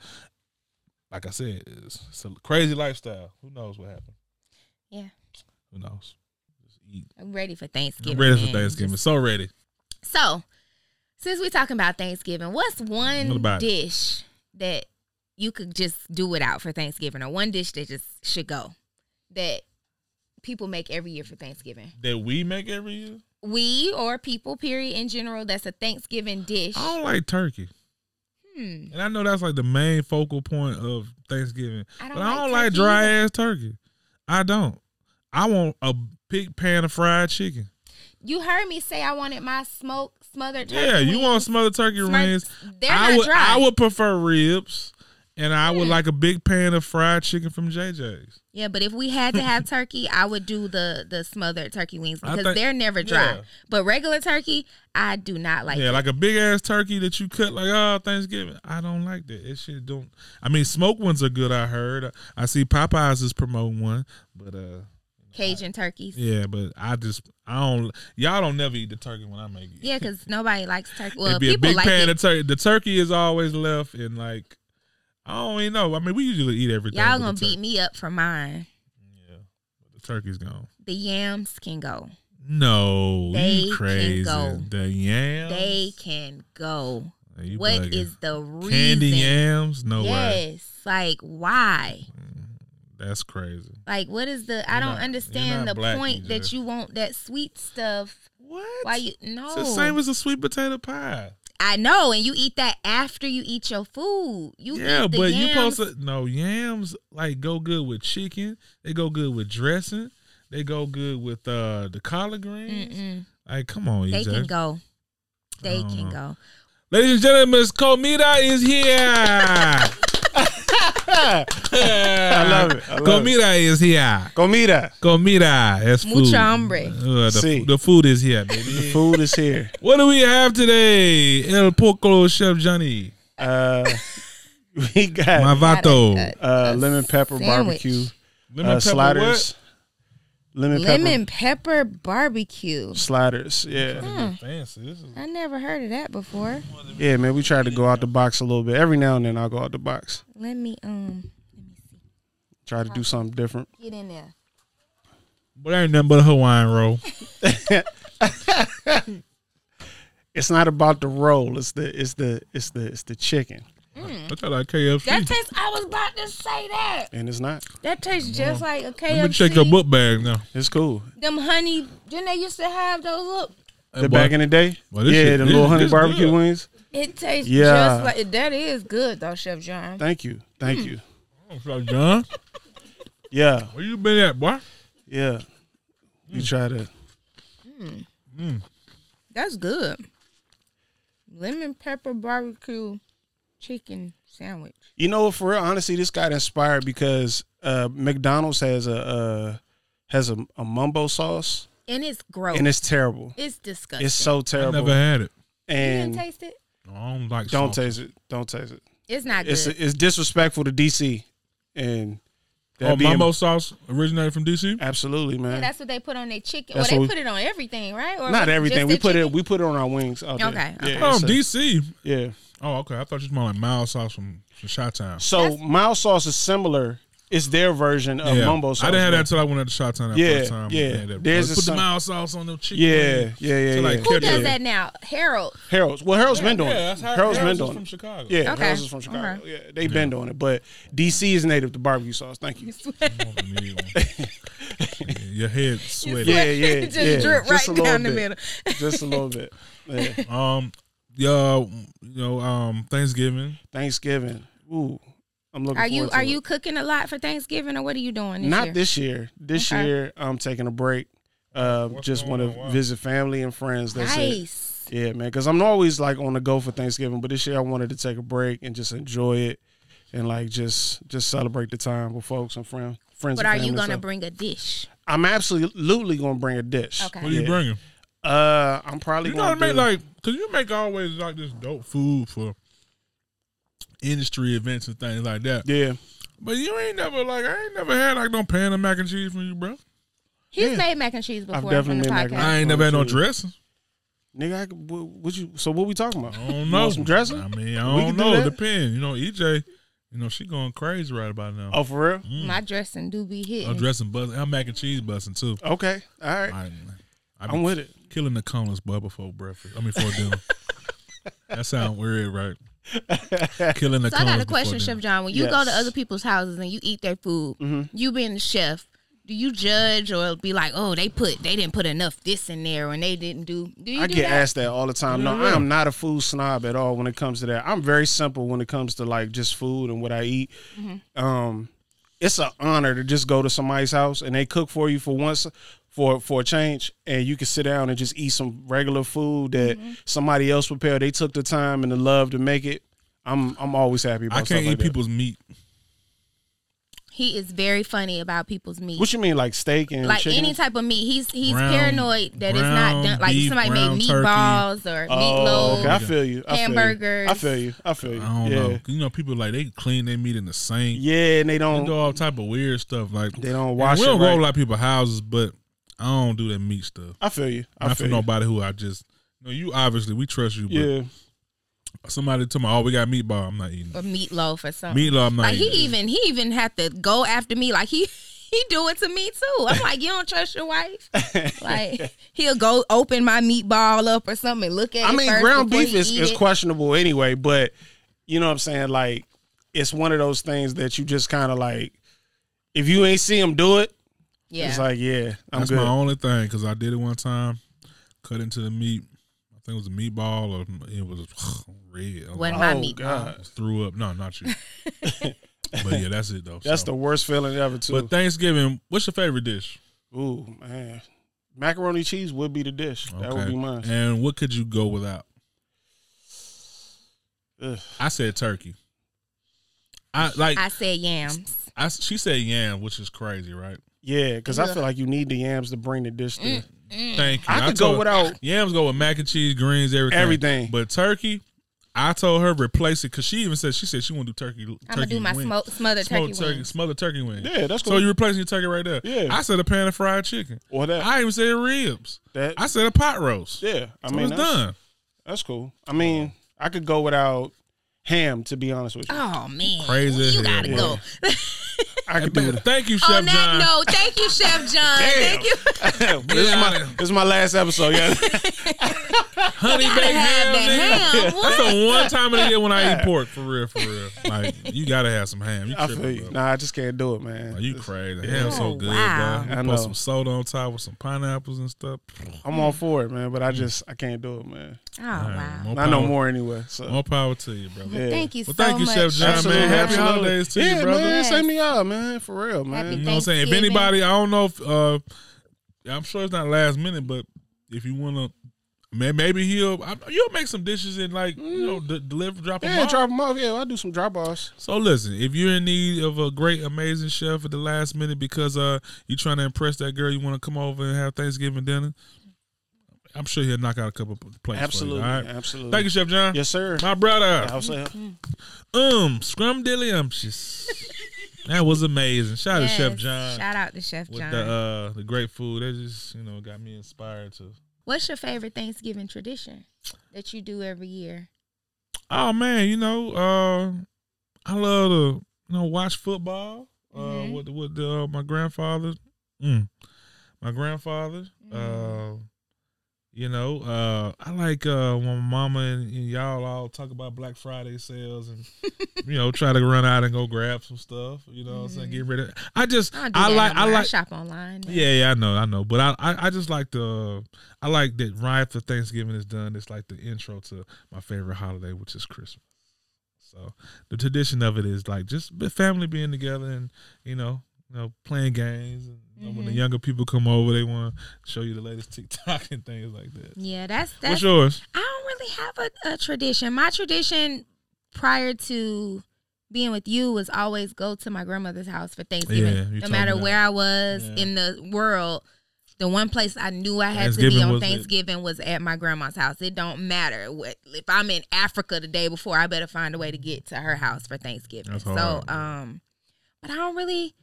like I said, it's, it's a crazy lifestyle. Who knows what happened?
Yeah.
Who knows? Just eat.
I'm ready for Thanksgiving.
I'm ready for
man.
Thanksgiving. So ready.
So, since we're talking about Thanksgiving, what's one
What about it?
dish that you could just do without for Thanksgiving, or one dish that just should go that people make every year for Thanksgiving?
That we make every year.
We or people, period, in general, that's a Thanksgiving dish.
I don't like turkey,
Hmm.
and I know that's like the main focal point of Thanksgiving.
I don't
but I
like
don't like
turkey
dry ass turkey. I don't. I want a big pan of fried chicken.
You heard me say I wanted my smoked, smothered turkey.
yeah, you
wings.
want smothered turkey
Smart-
rings?
They're
I
not
would,
dry. Hmm.
I would prefer ribs, and I would like a big pan of fried chicken from JJ's.
Yeah, but if we had to have turkey, I would do the the smothered turkey wings
I
because
think-
they're never dry.
yeah.
But regular turkey, I do not like.
yeah,
it.
like a big ass turkey that you cut like oh Thanksgiving. I don't like that. It shit don't. I mean, smoked ones are good. I heard. I see Popeyes is promoting one, but uh,
Cajun turkeys.
yeah, but I just I don't. Y'all don't never eat the turkey when I make it.
Yeah, because nobody likes turkey. Well,
It'd be a
people
big
like
pan
it.
of turkey. The turkey is always left, and like I don't even know. I mean, we usually eat everything.
Y'all
but
gonna
the
beat me up for mine.
The turkey's gone.
The yams can go.
No,
They
you
can
crazy.
go.
The yams.
They can go.
You
What
bugging.
is the reason?
candy yams? No way.
yes, like why?
That's crazy.
Like, what is the? I
You're not-
don't
you're not
understand the
black,
point
you
that
just-
you want that sweet stuff.
What?
Why you
It's
no?
the same as a sweet potato pie.
I know, and you eat that after you eat your food. You
yeah,
eat the
but
yams.
you supposed to no yams like go good with chicken. They go good with dressing. They go good with uh the collard greens.
Mm-mm.
Like, come on,
They
EJ.
can go. They
don't
can
know.
go.
Ladies and gentlemen, Miss Comida is here. I
love it. I love
Comida is here.
Comida.
Comida. That's food.
Mucho hambre.
Uh, the,
Si.
the food is here, baby.
The food is here.
what do we have today? El Poco Chef Johnny.
Uh, we got
My vato.
Got it.
uh, lemon pepper
sandwich.
barbecue
Lemon
uh,
pepper
sliders. Lemon,
Lemon pepper
pepper
barbecue.
sliders. Yeah,
what?
Hmm.
This is Fancy. This is
I never heard of that before.
yeah, man. We tried to go out the box a little bit. Every now and then, I'll go out the box.
Let me um
Try to do something different.
get in there.
but ain't nothing but a Hawaiian roll.
It's not about the roll. It's the it's the it's the it's the chicken,
I thought like KFC.
That tastes. I was about to say that.
and it's not.
That tastes just like a KFC.
Let me check your book bag now.
It's cool.
Them honey. Didn't they used to have those? Look,
The back in the day,
Well, this
yeah,
shit-
the
this-
little honey
this
barbecue
good.
wings.
it tastes
Yeah.
just like that. Is good though, Chef John.
Thank you, thank
Hmm.
you.
Oh, So, John,
Yeah,
where you been at, boy?
yeah.
Hmm.
You try to
That's good. Lemon pepper barbecue chicken sandwich.
You know, for real, honestly, this got inspired because uh, McDonald's has a uh, has a, a mumbo sauce,
And it's gross.
and it's terrible.
it's disgusting.
It's so
Oh. I
terrible,
never had it.
you didn't
and
taste it.
I don't like
don't
sauce.
taste it. Don't taste it.
It's not good.
It's it's disrespectful to DC, and that
Oh,
being-
mambo sauce originated from DC.
Absolutely, man.
that's what they put on their chicken.
That's
well,
what
they
we-
put it on everything, right? Or
Not
was it
everything.
just
We
the
put it.
chicken?
We put it on our wings. out there.
Okay, okay.
Yeah.
Oh,
so-
DC.
yeah.
Oh, okay. I thought you smelled like mild sauce from, from Shot Town.
So mild sauce is similar. It's their version of
yeah.
mumbo sauce.
I didn't have
man.
that until I went out to Shot Town that
Yeah,
first time.
yeah.
that-
There's
put
a
the
some-
mild sauce on them chicken.
Yeah, yeah, yeah,
To, like,
yeah.
catch
Who
it.
does that now? Harold.
Harold's. Well, Harold's been doing
Yeah,
it.
that's how
Harold's been
Harold's is
doing
from
it.
Chicago.
Yeah,
Okay.
Harold's is from Chicago.
Okay.
Yeah, they've been doing it, but DC is native to barbecue sauce. Thank you.
Your head sweating.
Yeah, yeah,
just
yeah.
drip right
Just a little
down the
bit.
middle.
Just a little bit. Yeah.
Um, yeah, you know, um, Thanksgiving.
Thanksgiving. Ooh, I'm looking.
Are you
forward to
are
it.
you cooking a lot for Thanksgiving or what are you doing this
Not
year?
this year. This
Okay.
year, I'm taking a break. Uh, just want
going on?
to
Wow.
visit family and friends. That's it.
nice.
Yeah, man. Because I'm always like on the go for Thanksgiving, but this year I wanted to take a break and just enjoy it, and like just just celebrate the time with folks and friends. Friends.
But
and
are you
family,
gonna
so-
bring a dish?
I'm absolutely gonna bring a dish.
Okay.
What are you
Yeah.
bringing?
Uh, I'm probably
You know
gonna
what I mean?
do-
Like, cause you make always like this dope food for industry events and things like that.
yeah.
But you ain't never like I ain't never had like no pan of mac and cheese from you, bro.
He's
Yeah.
made mac and cheese before from
definitely
the
made mac
podcast.
and
I ain't never had no
Okay.
dressing.
Nigga, I could, what, what you? So what we talking about?
I don't
You
know.
want some dressing?
I mean, I don't
We can do
know.
that.
Depend. You know, EJ. You know, she going crazy right about now.
Oh, for real?
mm-hmm.
My dressing do be
I'm
hitting.
dressing bus. I'm mac and cheese busting too.
Okay, all right.
I, I
I'm with it.
Killing the coneless bud before breakfast. I mean, for dinner. that sound weird, right? Killing the coneless
so I got
before
a question,
dinner.
Chef John. When you go to
Yes. Mm-hmm.
other people's houses and you eat their food, you being the chef, do you judge or be like, oh, they put they didn't put enough this in there and they didn't do? Do you
I
do
get
that?
asked that all the time. No,
Mm-hmm.
I am not a food snob at all when it comes to that. I'm very simple when it comes to like just food and what I eat. Um, it's an honor to just go to somebody's house and they cook for you for once for for a change and you can sit down and just eat some regular food that somebody else prepared. They took the time and the love to make it. I'm I'm always happy about
I can't
stuff
eat
like that.
people's meat.
He is very funny about people's meat.
What you mean like steak and
like
chicken?
any type of meat, he's he's
Ground-
paranoid that it's
ground
not done. Like
beef,
somebody made
ground turkey.
meatballs or meatloaf.
Oh, okay. I feel you. I feel you.
hamburgers.
I feel you. I feel you.
I don't
yeah.
know. You know, people like they clean their meat in the sink.
Yeah, and they
They do
don't.
all type of weird stuff. Like
They don't wash
We don't
it
go to
right.
a lot of people's houses, but I don't do that meat stuff.
I feel you. I
Not for
feel you.
nobody who I just. No, you obviously we trust you, but
Yeah.
somebody told me, "Oh, we got meatball." I'm not eating
or meatloaf or something.
meatloaf. I'm not
Uh, like he
eating.
even he even had to go after me. Like he he do it to me too. I'm like, you don't trust your wife. like he'll go open my meatball up or something and look at.
I
it
mean,
first
ground
before
beef
you
is,
eat
is
it.
questionable anyway, but you know what I'm saying? Like, it's one of those things that you just kind of like, if you ain't see him do it,
Yeah.
it's like yeah, I'm
That's
good.
my only thing because I did it one time, cut into the meat. I think it was a meatball or it was red. I was
Wasn't
like,
my
Oh,
meatball.
God.
threw up. No, not you. but yeah, that's it though.
That's
So-
the worst feeling ever too.
But Thanksgiving, what's your favorite dish?
Ooh man, macaroni cheese would be the dish. That would
Okay.
be mine.
And what could you go without?
Ugh.
I said turkey. I like.
I
I,
said yams.
she said yam, which is crazy, right?
Yeah, because I
Ugh.
feel like you need the yams to bring the dish. To.
Mm.
Thank you.
I could
told
go
her-
without.
Yams go with mac and cheese, greens, everything.
Everything.
But turkey, I told her replace it because she even said she said she want to do turkey. turkey
I'm gonna do my
wings.
smo- smothered turkey
Smoked turkey,
wings.
smothered turkey wing.
Yeah, that's
So
cool.
you replacing your turkey right there.
Yeah.
I said a pan of fried chicken.
Or that.
I even said ribs.
That-
I said a pot roast.
yeah, I
So
mean
it's
that's,
done.
that's cool. I mean, I could go without ham. To be honest with you,
Oh man,
Crazy as
You
hell,
gotta
boy.
go.
I could do that.
Thank you, Chef
On that
John.
note, thank you, Chef John. Thank you.
this, is my, this is my last episode. Yeah,
honey baked
gotta have
ham.
that
nigga.
ham.
That's
What?
the one time of the year when I eat pork for real, for real. Like you gotta have some ham. You
I
tripping,
feel you.
bro.
Nah, I just can't do it, man.
Are Oh, you crazy? Ham's so
Oh,
good,
wow.
bro. You
I
put
know.
some soda on top with some pineapples and stuff.
I'm all for it, man. But I just I can't do it, man.
Oh
Man,
wow.
more
I know
power-
more anyway. So
More power to you, brother.
Yeah.
Thank you so
Well, thank you,
much.
Chef John, man. Happy
Absolutely.
holidays to you,
yeah,
brother. Mm-hmm.
man.
Yes.
Same to y'all, man. For real, man.
Happy
You know what I'm saying? If
Thanksgiving.
anybody, I don't know if uh, I'm sure it's not last minute, but if you wanna, may- maybe he'll I, you'll make some dishes and like you know d- deliver, drop them
Mm. Yeah,
off.
drop them off. Yeah, I do some drop offs.
So listen, if you're in need of a great, amazing chef at the last minute because uh you're trying to impress that girl, you want to come over and have Thanksgiving dinner. I'm sure he'll knock out a couple of plates.
Absolutely,
for you, all right?
absolutely.
Thank you, Chef John.
Yes, sir.
My brother.
I'll say-
Um, scrumdiddlyumptious. that was amazing. Shout out to
Yes.
Chef John
Shout out to Chef
with
John.
the uh the great food. That just you know got me inspired to.
What's your favorite Thanksgiving tradition that you do every year?
Oh man, you know, uh, I love to you know watch football. Uh,
Mhm.
with with the, uh, my grandfather, mm, my grandfather.
Mm-hmm.
Uh, you know, uh, I like uh when my mama and, and y'all all talk about Black Friday sales and you know try to run out and go grab some stuff. You know, what I'm saying get rid of. I just
Mm-hmm. I, don't do
I
that
like
no
I
more.
like
shop online. now.
yeah, yeah, I know, I know, but I, I, I just like the, I like that right after Thanksgiving is done. It's like the intro to my favorite holiday, which is Christmas. So the tradition of it is like just the family being together and you know, you know, playing games. And you know, when the
Mm-hmm.
younger people come over, they want to show you the latest TikTok and things like that.
Yeah, that's
What's
that's
yours?
I don't really have a, a tradition. My tradition prior to being with you was always go to my grandmother's house for
Yeah,
Thanksgiving.
you
no
told
matter
me that.
where I was
Yeah.
in the world, the one place I knew I had to be
Thanksgiving
on
was it.
Thanksgiving was at my grandma's house. It don't matter what if I'm in Africa the day before, I better find a way to get to her house for Thanksgiving.
That's
so,
hard.
um but I don't really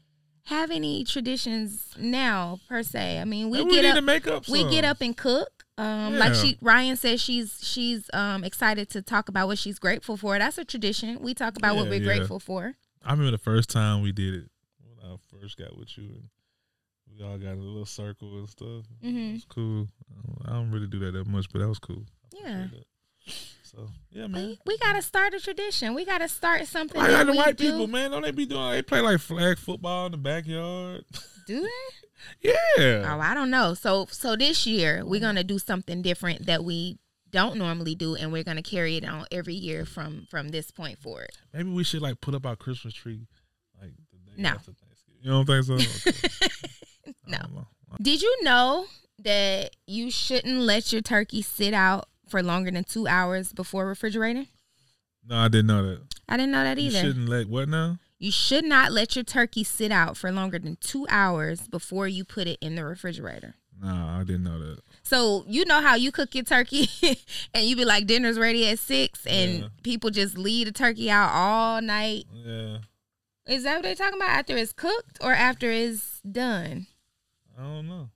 have any traditions now per se. I mean, we
Hey, we
get
need
up
to make up.
we
some.
get up and cook. Um, like
Yeah.
she Ryan says she's she's um excited to talk about what she's grateful for. That's a tradition. We talk about what
Yeah,
we're
yeah.
grateful for.
I remember the first time we did it when I first got with you, and we all got in a little circle and stuff. It
hmm
was cool. I don't really do that that much, but that was cool. I
Yeah.
appreciate that. So yeah, man.
We, we gotta start a tradition. We gotta start something.
I
that
got the
we
white
do.
people, man. Don't they be doing? They play like flag football in the backyard.
Do they? Oh,
yeah.
I don't know. So so this year we're gonna do something different that we don't normally do, and we're gonna carry it on every year from from this point forward.
Maybe we should like put up our Christmas tree like the day
No.
after Thanksgiving. You don't think so? Okay. I
No.
don't know.
Did you know that you shouldn't let your turkey sit out for longer than two hours before refrigerating?
No, I didn't know that.
I didn't know that
You
either.
shouldn't let what now?
You should not let your turkey sit out for longer than two hours before you put it in the refrigerator.
Nah, I didn't know that.
So you know how you cook your turkey and you be like dinner's ready at six and
Yeah.
people just leave the turkey out all night.
Yeah.
Is that what they're talking about? After it's cooked or after it's done? Hmm.
I don't know.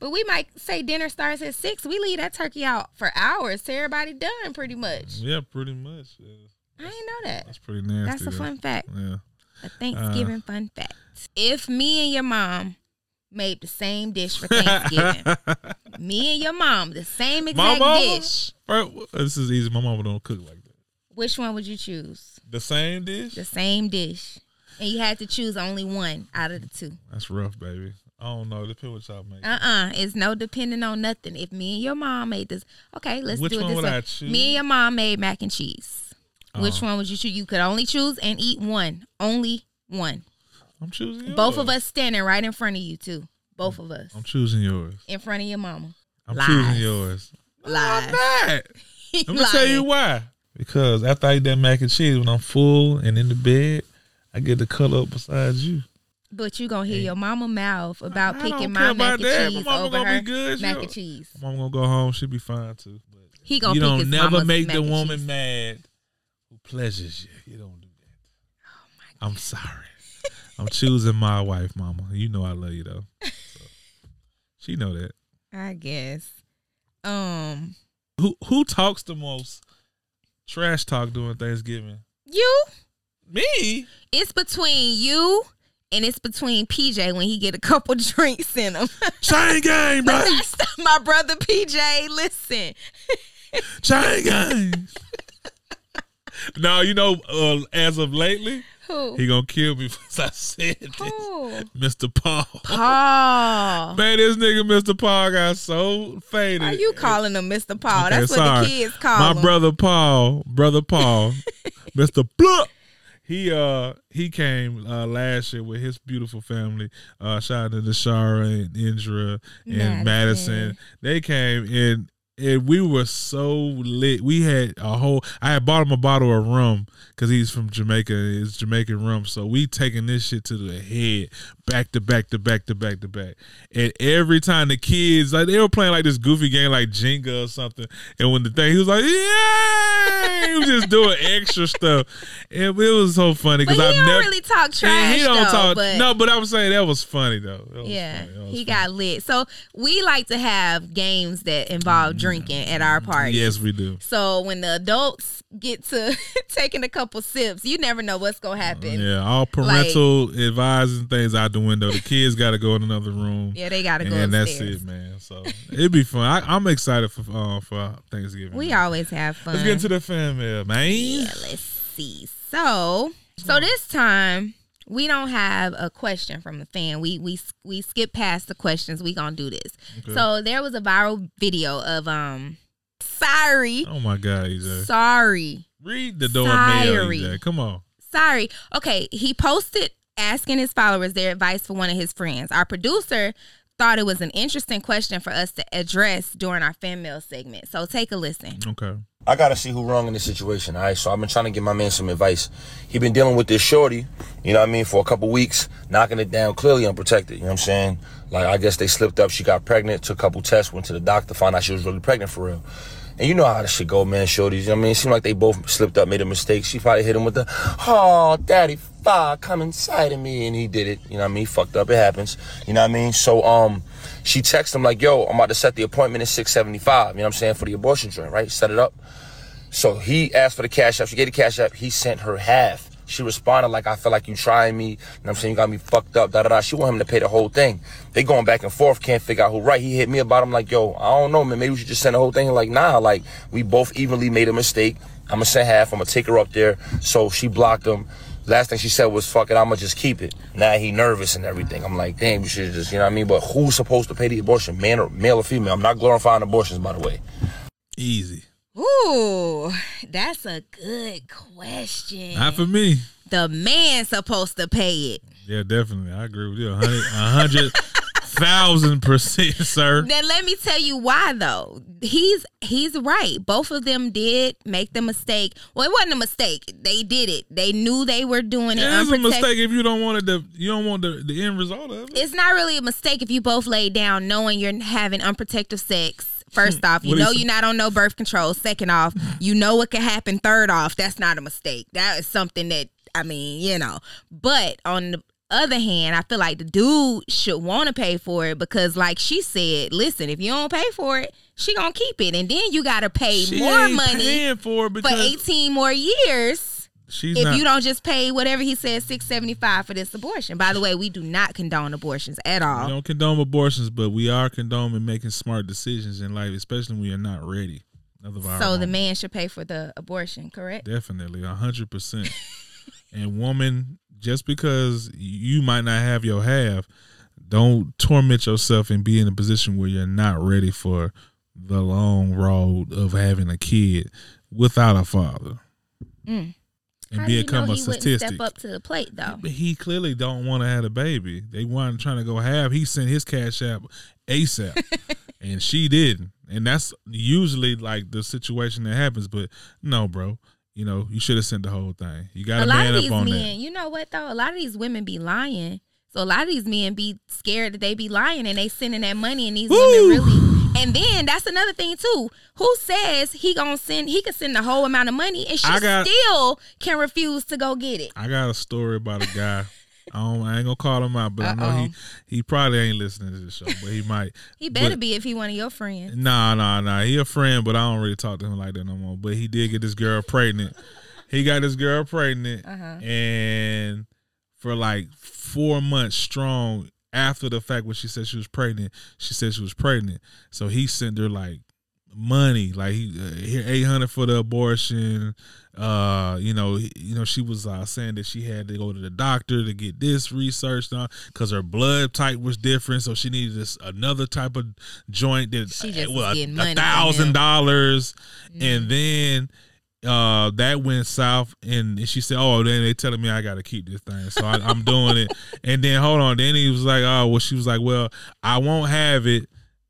But we might say dinner starts at six. We leave that turkey out for hours till everybody done pretty much.
Yeah, pretty much. Yeah.
I didn't know that.
That's pretty nasty.
That's a
though.
fun fact.
Yeah.
A Thanksgiving
Uh.
fun fact. If me and your mom made the same dish for Thanksgiving, me and your mom the same exact dish,
Right, wh- this is easy. My mama don't cook like that.
which one would you choose?
The same dish.
The same dish. and you had to choose only one out of the two.
That's rough, baby. I don't know. Depend what y'all make.
Uh uh It's no depending on nothing. If me and your mom made this, okay, let's
Which
do it
one
this
would
way.
I choose? Oh.
Me and your mom made mac and cheese. Which one would you choose? You could only choose and eat one. Only one.
I'm choosing yours.
Both of us standing right in front of you, too. Both of us.
I'm choosing yours.
In front of your mama.
I'm
Lies.
choosing yours.
Lies.
Not. Let me tell
Lying.
you why. Because after I eat that mac and cheese, when I'm full and in the bed, I get to color up beside you.
But you gonna hear your mama mouth about
I don't
picking my
care
mac
about
and
that. My
cheese
mama
over
gonna be
her
good,
mac
yo.
and cheese.
My Mom gonna go home. She'll be fine too. But
He gonna
you
pick
don't
his
never
mama's
make
mac
the
and
woman
cheese.
mad who pleasures you. You don't do that.
Oh
I'm sorry. I'm choosing my wife, Mama. You know I love you though. So, she know that.
I guess. Um,
Who who talks the most trash talk during Thanksgiving?
you.
Me.
It's between you and it's between PJ when he get a couple drinks in him.
Chain gang, bro.
That's my brother PJ. Listen,
Chain gang. no, you know, uh, as of lately,
who?
he gonna kill me because I said this.
who?
Mr. Paul.
Paul.
Man, this nigga Mr. Paul got so faded.
Why you calling him Mr. Paul?
Okay,
That's what
sorry.
the kids call
My
him.
brother Paul, brother Paul, Mr. Blup. He uh he came uh last year with his beautiful family. Uh shout out to Shara and Indra and Madison.
Madison.
They came and and we were so lit. We had a whole I had bought him a bottle of rum because he's from Jamaica. It's Jamaican rum. So we taking this shit to the head, back to back to back to back to back. And every time the kids, like they were playing like this goofy game like Jenga or something. And when the thing, he was like, "Yeah," he was just doing extra stuff. And it was so funny
but
because I
he don't
never.
really talk
and
trash.
he don't
though,
talk.
But
no, but I was saying that was funny though. That was
Yeah,
funny. That was
he
funny.
got lit. So we like to have games that involve drinking at our party.
Mm-hmm. Yes, we do.
So when the adults get to taking a couple sips, you never know what's gonna happen. Yeah,
Uh, Yeah, all parental advising things out the window. The kids got to go in another room.
they gotta
and
go
then that's
upstairs.
it, man. So it'd be fun. I, I'm excited for uh, for Thanksgiving.
We
man.
always have fun.
Let's get into the fan mail, man.
yeah, let's see. So, so this time we don't have a question from the fan. We we we skip past the questions. We gonna do this.
Okay.
So there was a viral video of um, sorry,
Oh my God, EJ.
sorry,
Read the door mail,
Sorry.
EJ. Come on.
sorry. Okay, he posted asking his followers their advice for one of his friends. Our producer thought it was an interesting question for us to address during our fan mail segment. So take a listen.
Okay.
I gotta see who wrong in this situation. All right, so I've been trying to give my man some advice. He been dealing with this shorty, you know what I mean, for a couple weeks, knocking it down clearly unprotected. You know what I'm saying? Like I guess they slipped up. She got pregnant, took a couple tests, went to the doctor, found out she was really pregnant for real. And you know how this shit go, man, shorties. You know what I mean? It seemed like they both slipped up, made a mistake. She probably hit him with the, oh, daddy, fuck, come inside of me. And he did it. You know what I mean? He fucked up. It happens. You know what I mean? So, um, she texted him like, yo, I'm about to set the appointment at 675. You know what I'm saying? For the abortion joint, right? Set it up. So he asked for the cash app. She gave the cash app. He sent her half. She responded like, I feel like you trying me. You know what I'm saying? You got me fucked up. Da da da. She want him to pay the whole thing. They going back and forth. Can't figure out who right. He hit me about him like, yo, I don't know, man. Maybe we should just send the whole thing. Like, nah, like we both evenly made a mistake. I'm gonna send half. I'm gonna take her up there. So she blocked him. Last thing she said was, fuck it, I'ma just keep it. Now he nervous and everything. I'm like, damn, you should just, you know what I mean? But who's supposed to pay the abortion, man or male or female? I'm not glorifying abortions, by the way.
Easy.
Ooh, that's a good question.
Not for me.
the man supposed to pay it.
Yeah, definitely. I agree with you. a hundred- a hundred thousand percent, sir.
Then let me tell you why though. He's he's right. Both of them did make the mistake. Well, it wasn't a mistake. They did it. They knew they were doing it.
It is a
unprotected.
mistake if you don't want it. To, you don't want the, the end result of it.
It's not really a mistake if you both lay down knowing you're having unprotected sex. First off, you
Hmm. What
know
is-
you're not on no birth control. Second off, you know what could happen. Third off, that's not a mistake. That is something that I mean, you know. But on the other hand, I feel like the dude should want to pay for it because, like she said, listen, if you don't pay for it, she gonna keep it, and then you gotta pay
She
more
ain't
money
paying for it
for
because
18 more years
she's
if
not.
you don't just pay whatever he says, six seventy five for this abortion. By the way, we do not condone abortions at
We
all.
don't condone abortions, but we are condoning making smart decisions in life, especially when you're not ready. Another viral
So the
moment.
man should pay for the abortion, correct?
definitely a hundred percent. And woman, just because you might not have your half, don't torment yourself and be in a position where you're not ready for the long road of having a kid without a father. And
Mm. How do you
become
know
a
he wouldn't
statistic.
Step up to the plate though.
But he clearly don't want to have a baby. They weren't trying to go have. He sent his cash app ASAP, and she didn't. And that's usually like the situation that happens. But no, bro, you know you should have sent the whole thing. You got
A
to
lot
man
of
up
these
on
men,
that.
you know what though? A lot of these women be lying. So a lot of these men be scared that they be lying and they sending that money and these
Woo!
women really. And then that's another thing too. Who says he gonna send? He could send the whole amount of money and she
I got-
still can refuse to go get it.
I got a story about a guy. I, don't, I ain't gonna call him out, but I know
Uh-oh.
he he probably ain't listening to this show, but he might.
He better
But-
be if he one of your friends.
Nah, nah, nah. He a friend, but I don't really talk to him like that no more. But he did get this girl pregnant. He got this girl pregnant, and for like four months strong after the fact when she said she was pregnant, she said she was pregnant. So he sent her like money, like he uh, here eight hundred for the abortion. Uh, you know, he- you know, she was uh, saying that she had to go to the doctor to get this researched on because her blood type was different, so she needed this another type of joint that
She just
uh,
was
a-
getting
a
money from
thousand
him. Mm-hmm.
dollars, and then uh that went south and she said oh then they telling me i gotta keep this thing so I, i'm doing it and then hold on then he was like oh well she was like well i won't have it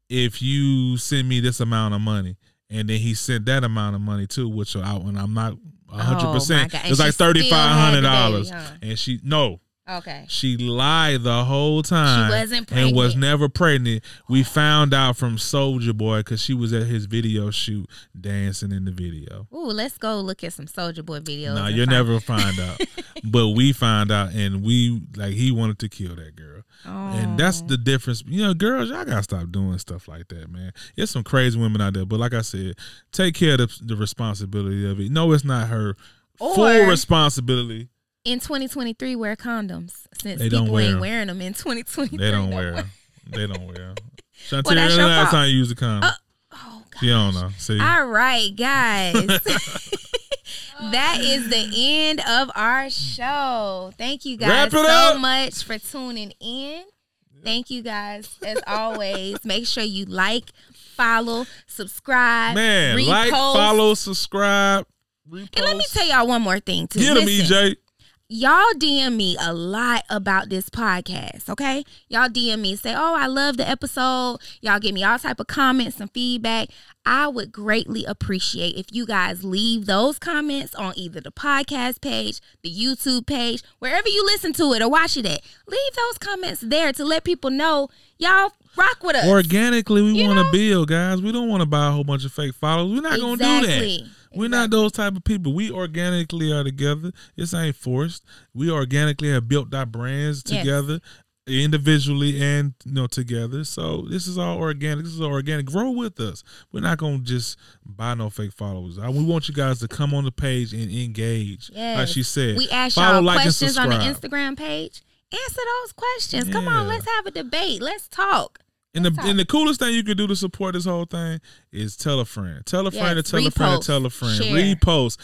if you send me this amount of money and then he sent that amount of money too which i and i'm not a
Oh,
100%
my God. And
it was
she
like
still had the
$3500
baby, huh?
and she no
Okay.
she lied the whole time.
wasn't
and was
pregnant.
never pregnant. We found out from Soldier Boy because she was at his video shoot dancing in the video.
Ooh, let's go look at some Soldier Boy videos.
No,
and
you'll
find-
never find out. but we find out, and we like he wanted to kill that girl, and that's the difference. You know, girls, y'all gotta stop doing stuff like that, man. There's some crazy women out there, but like I said, take care of the, the responsibility of it. No, it's not her full
Or-
responsibility.
in 2023 wear condoms since
They don't
people
wear 'em.
ain't wearing them in 2023.
They don't
no
wear.
more.
'em. They don't wear. 'em. Shantae,
Well,
when
that's
the
your
last
fault.
time you used a condom?
Oh God.
She don't know. See,
All right, guys. that is the end of our show. Thank you
Wrap
guys
it
so
up.
much for tuning in. Thank you guys as always. Make sure you like, follow, subscribe,
man,
repost.
like, follow, subscribe.
And let me
repost.
tell y'all one more thing too.
Get E him,
Listen.
EJ.
y'all DM me a lot about this podcast, okay? Y'all DM me say, "Oh, I love the episode." Y'all give me all type of comments and feedback. I would greatly appreciate if you guys leave those comments on either the podcast page, the YouTube page, wherever you listen to it or watch it at. Leave those comments there to let people know y'all rock with us.
Organically, we
You
want to
know?
build, guys. We don't want to buy a whole bunch of fake followers. We're not gonna do that.
Exactly.
We're not those type of people. We organically are together. This ain't forced. We organically have built our brands
Yes.
together, individually and you know together. So this is all organic. This is all organic. Grow with us. We're not gonna just buy no fake followers. I, we want you guys to come on the page and engage. Like
Yes.
she said,
We ask
Follow,
y'all
like, and
questions on the
subscribe.
Instagram page. Answer those questions. Come on,
Yeah.
let's have a debate. Let's talk.
And the,
That's
and the coolest thing you can do to support this whole thing is tell a friend. Tell a friend
Yes,
to tell a friend
repost,
to tell a friend.
share.
Repost.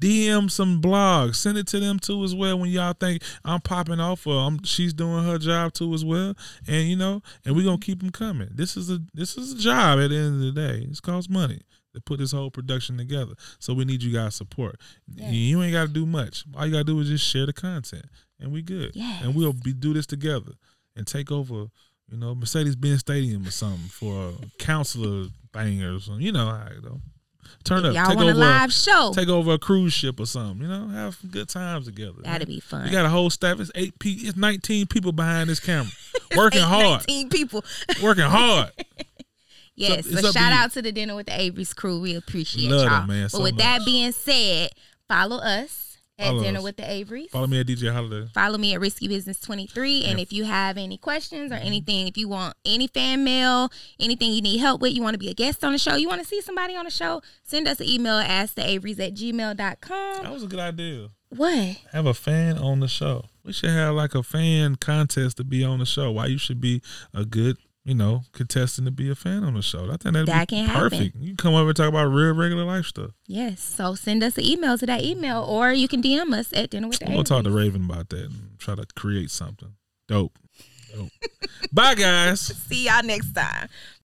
DM some blogs. Send it to them too as well when y'all think I'm popping off or I'm, she's doing her job too as well. And you know, and we're gonna keep them coming. This is a this is a job at the end of the day. It's costs money to put this whole production together. So we need you guys' support. You ain't gotta do much. All you gotta do is just share the content and we good.
Yes.
And we'll be do this together and take over, you know, Mercedes Benz Stadium or something for a counselor thing or something. You know, how it go. turn up,
Y'all
take
want a
over,
live show?
take over a cruise ship or something. You know, have some good times together.
That'd be fun.
We got a whole staff. It's eight p. It's nineteen people behind this camera, working hard,
19 people.
working hard.
Yes,
it's
so
up to
shout
you.
out to the Dinner with the Avery's crew. We appreciate
Love
y'all.
them, man,
but
so
with
much.
that being said, follow us at
Follow
Dinner
us.
with the Averys.
Follow me at DJ Holiday.
Follow me at Risky Business 23. And if you have any questions or
Mm-hmm.
anything, if you want any fan mail, anything you need help with, you want to be a guest on the show, you want to see somebody on the show, send us an email at asktheaverys at
That
gmail.com.
was a good idea.
What?
Have a fan on the show. We should have like a fan contest to be on the show. Why you should be a good you know, contesting to be a fan on the show. I think that'd
That
be
can happen.
perfect. You can come over and talk about real regular life stuff.
Yes. So send us an email to that email, or you can DM us at dinner with the
I'm gonna talk to
Avery's.
Raven about that and try to create something dope. Dope. Bye guys.
See y'all next time.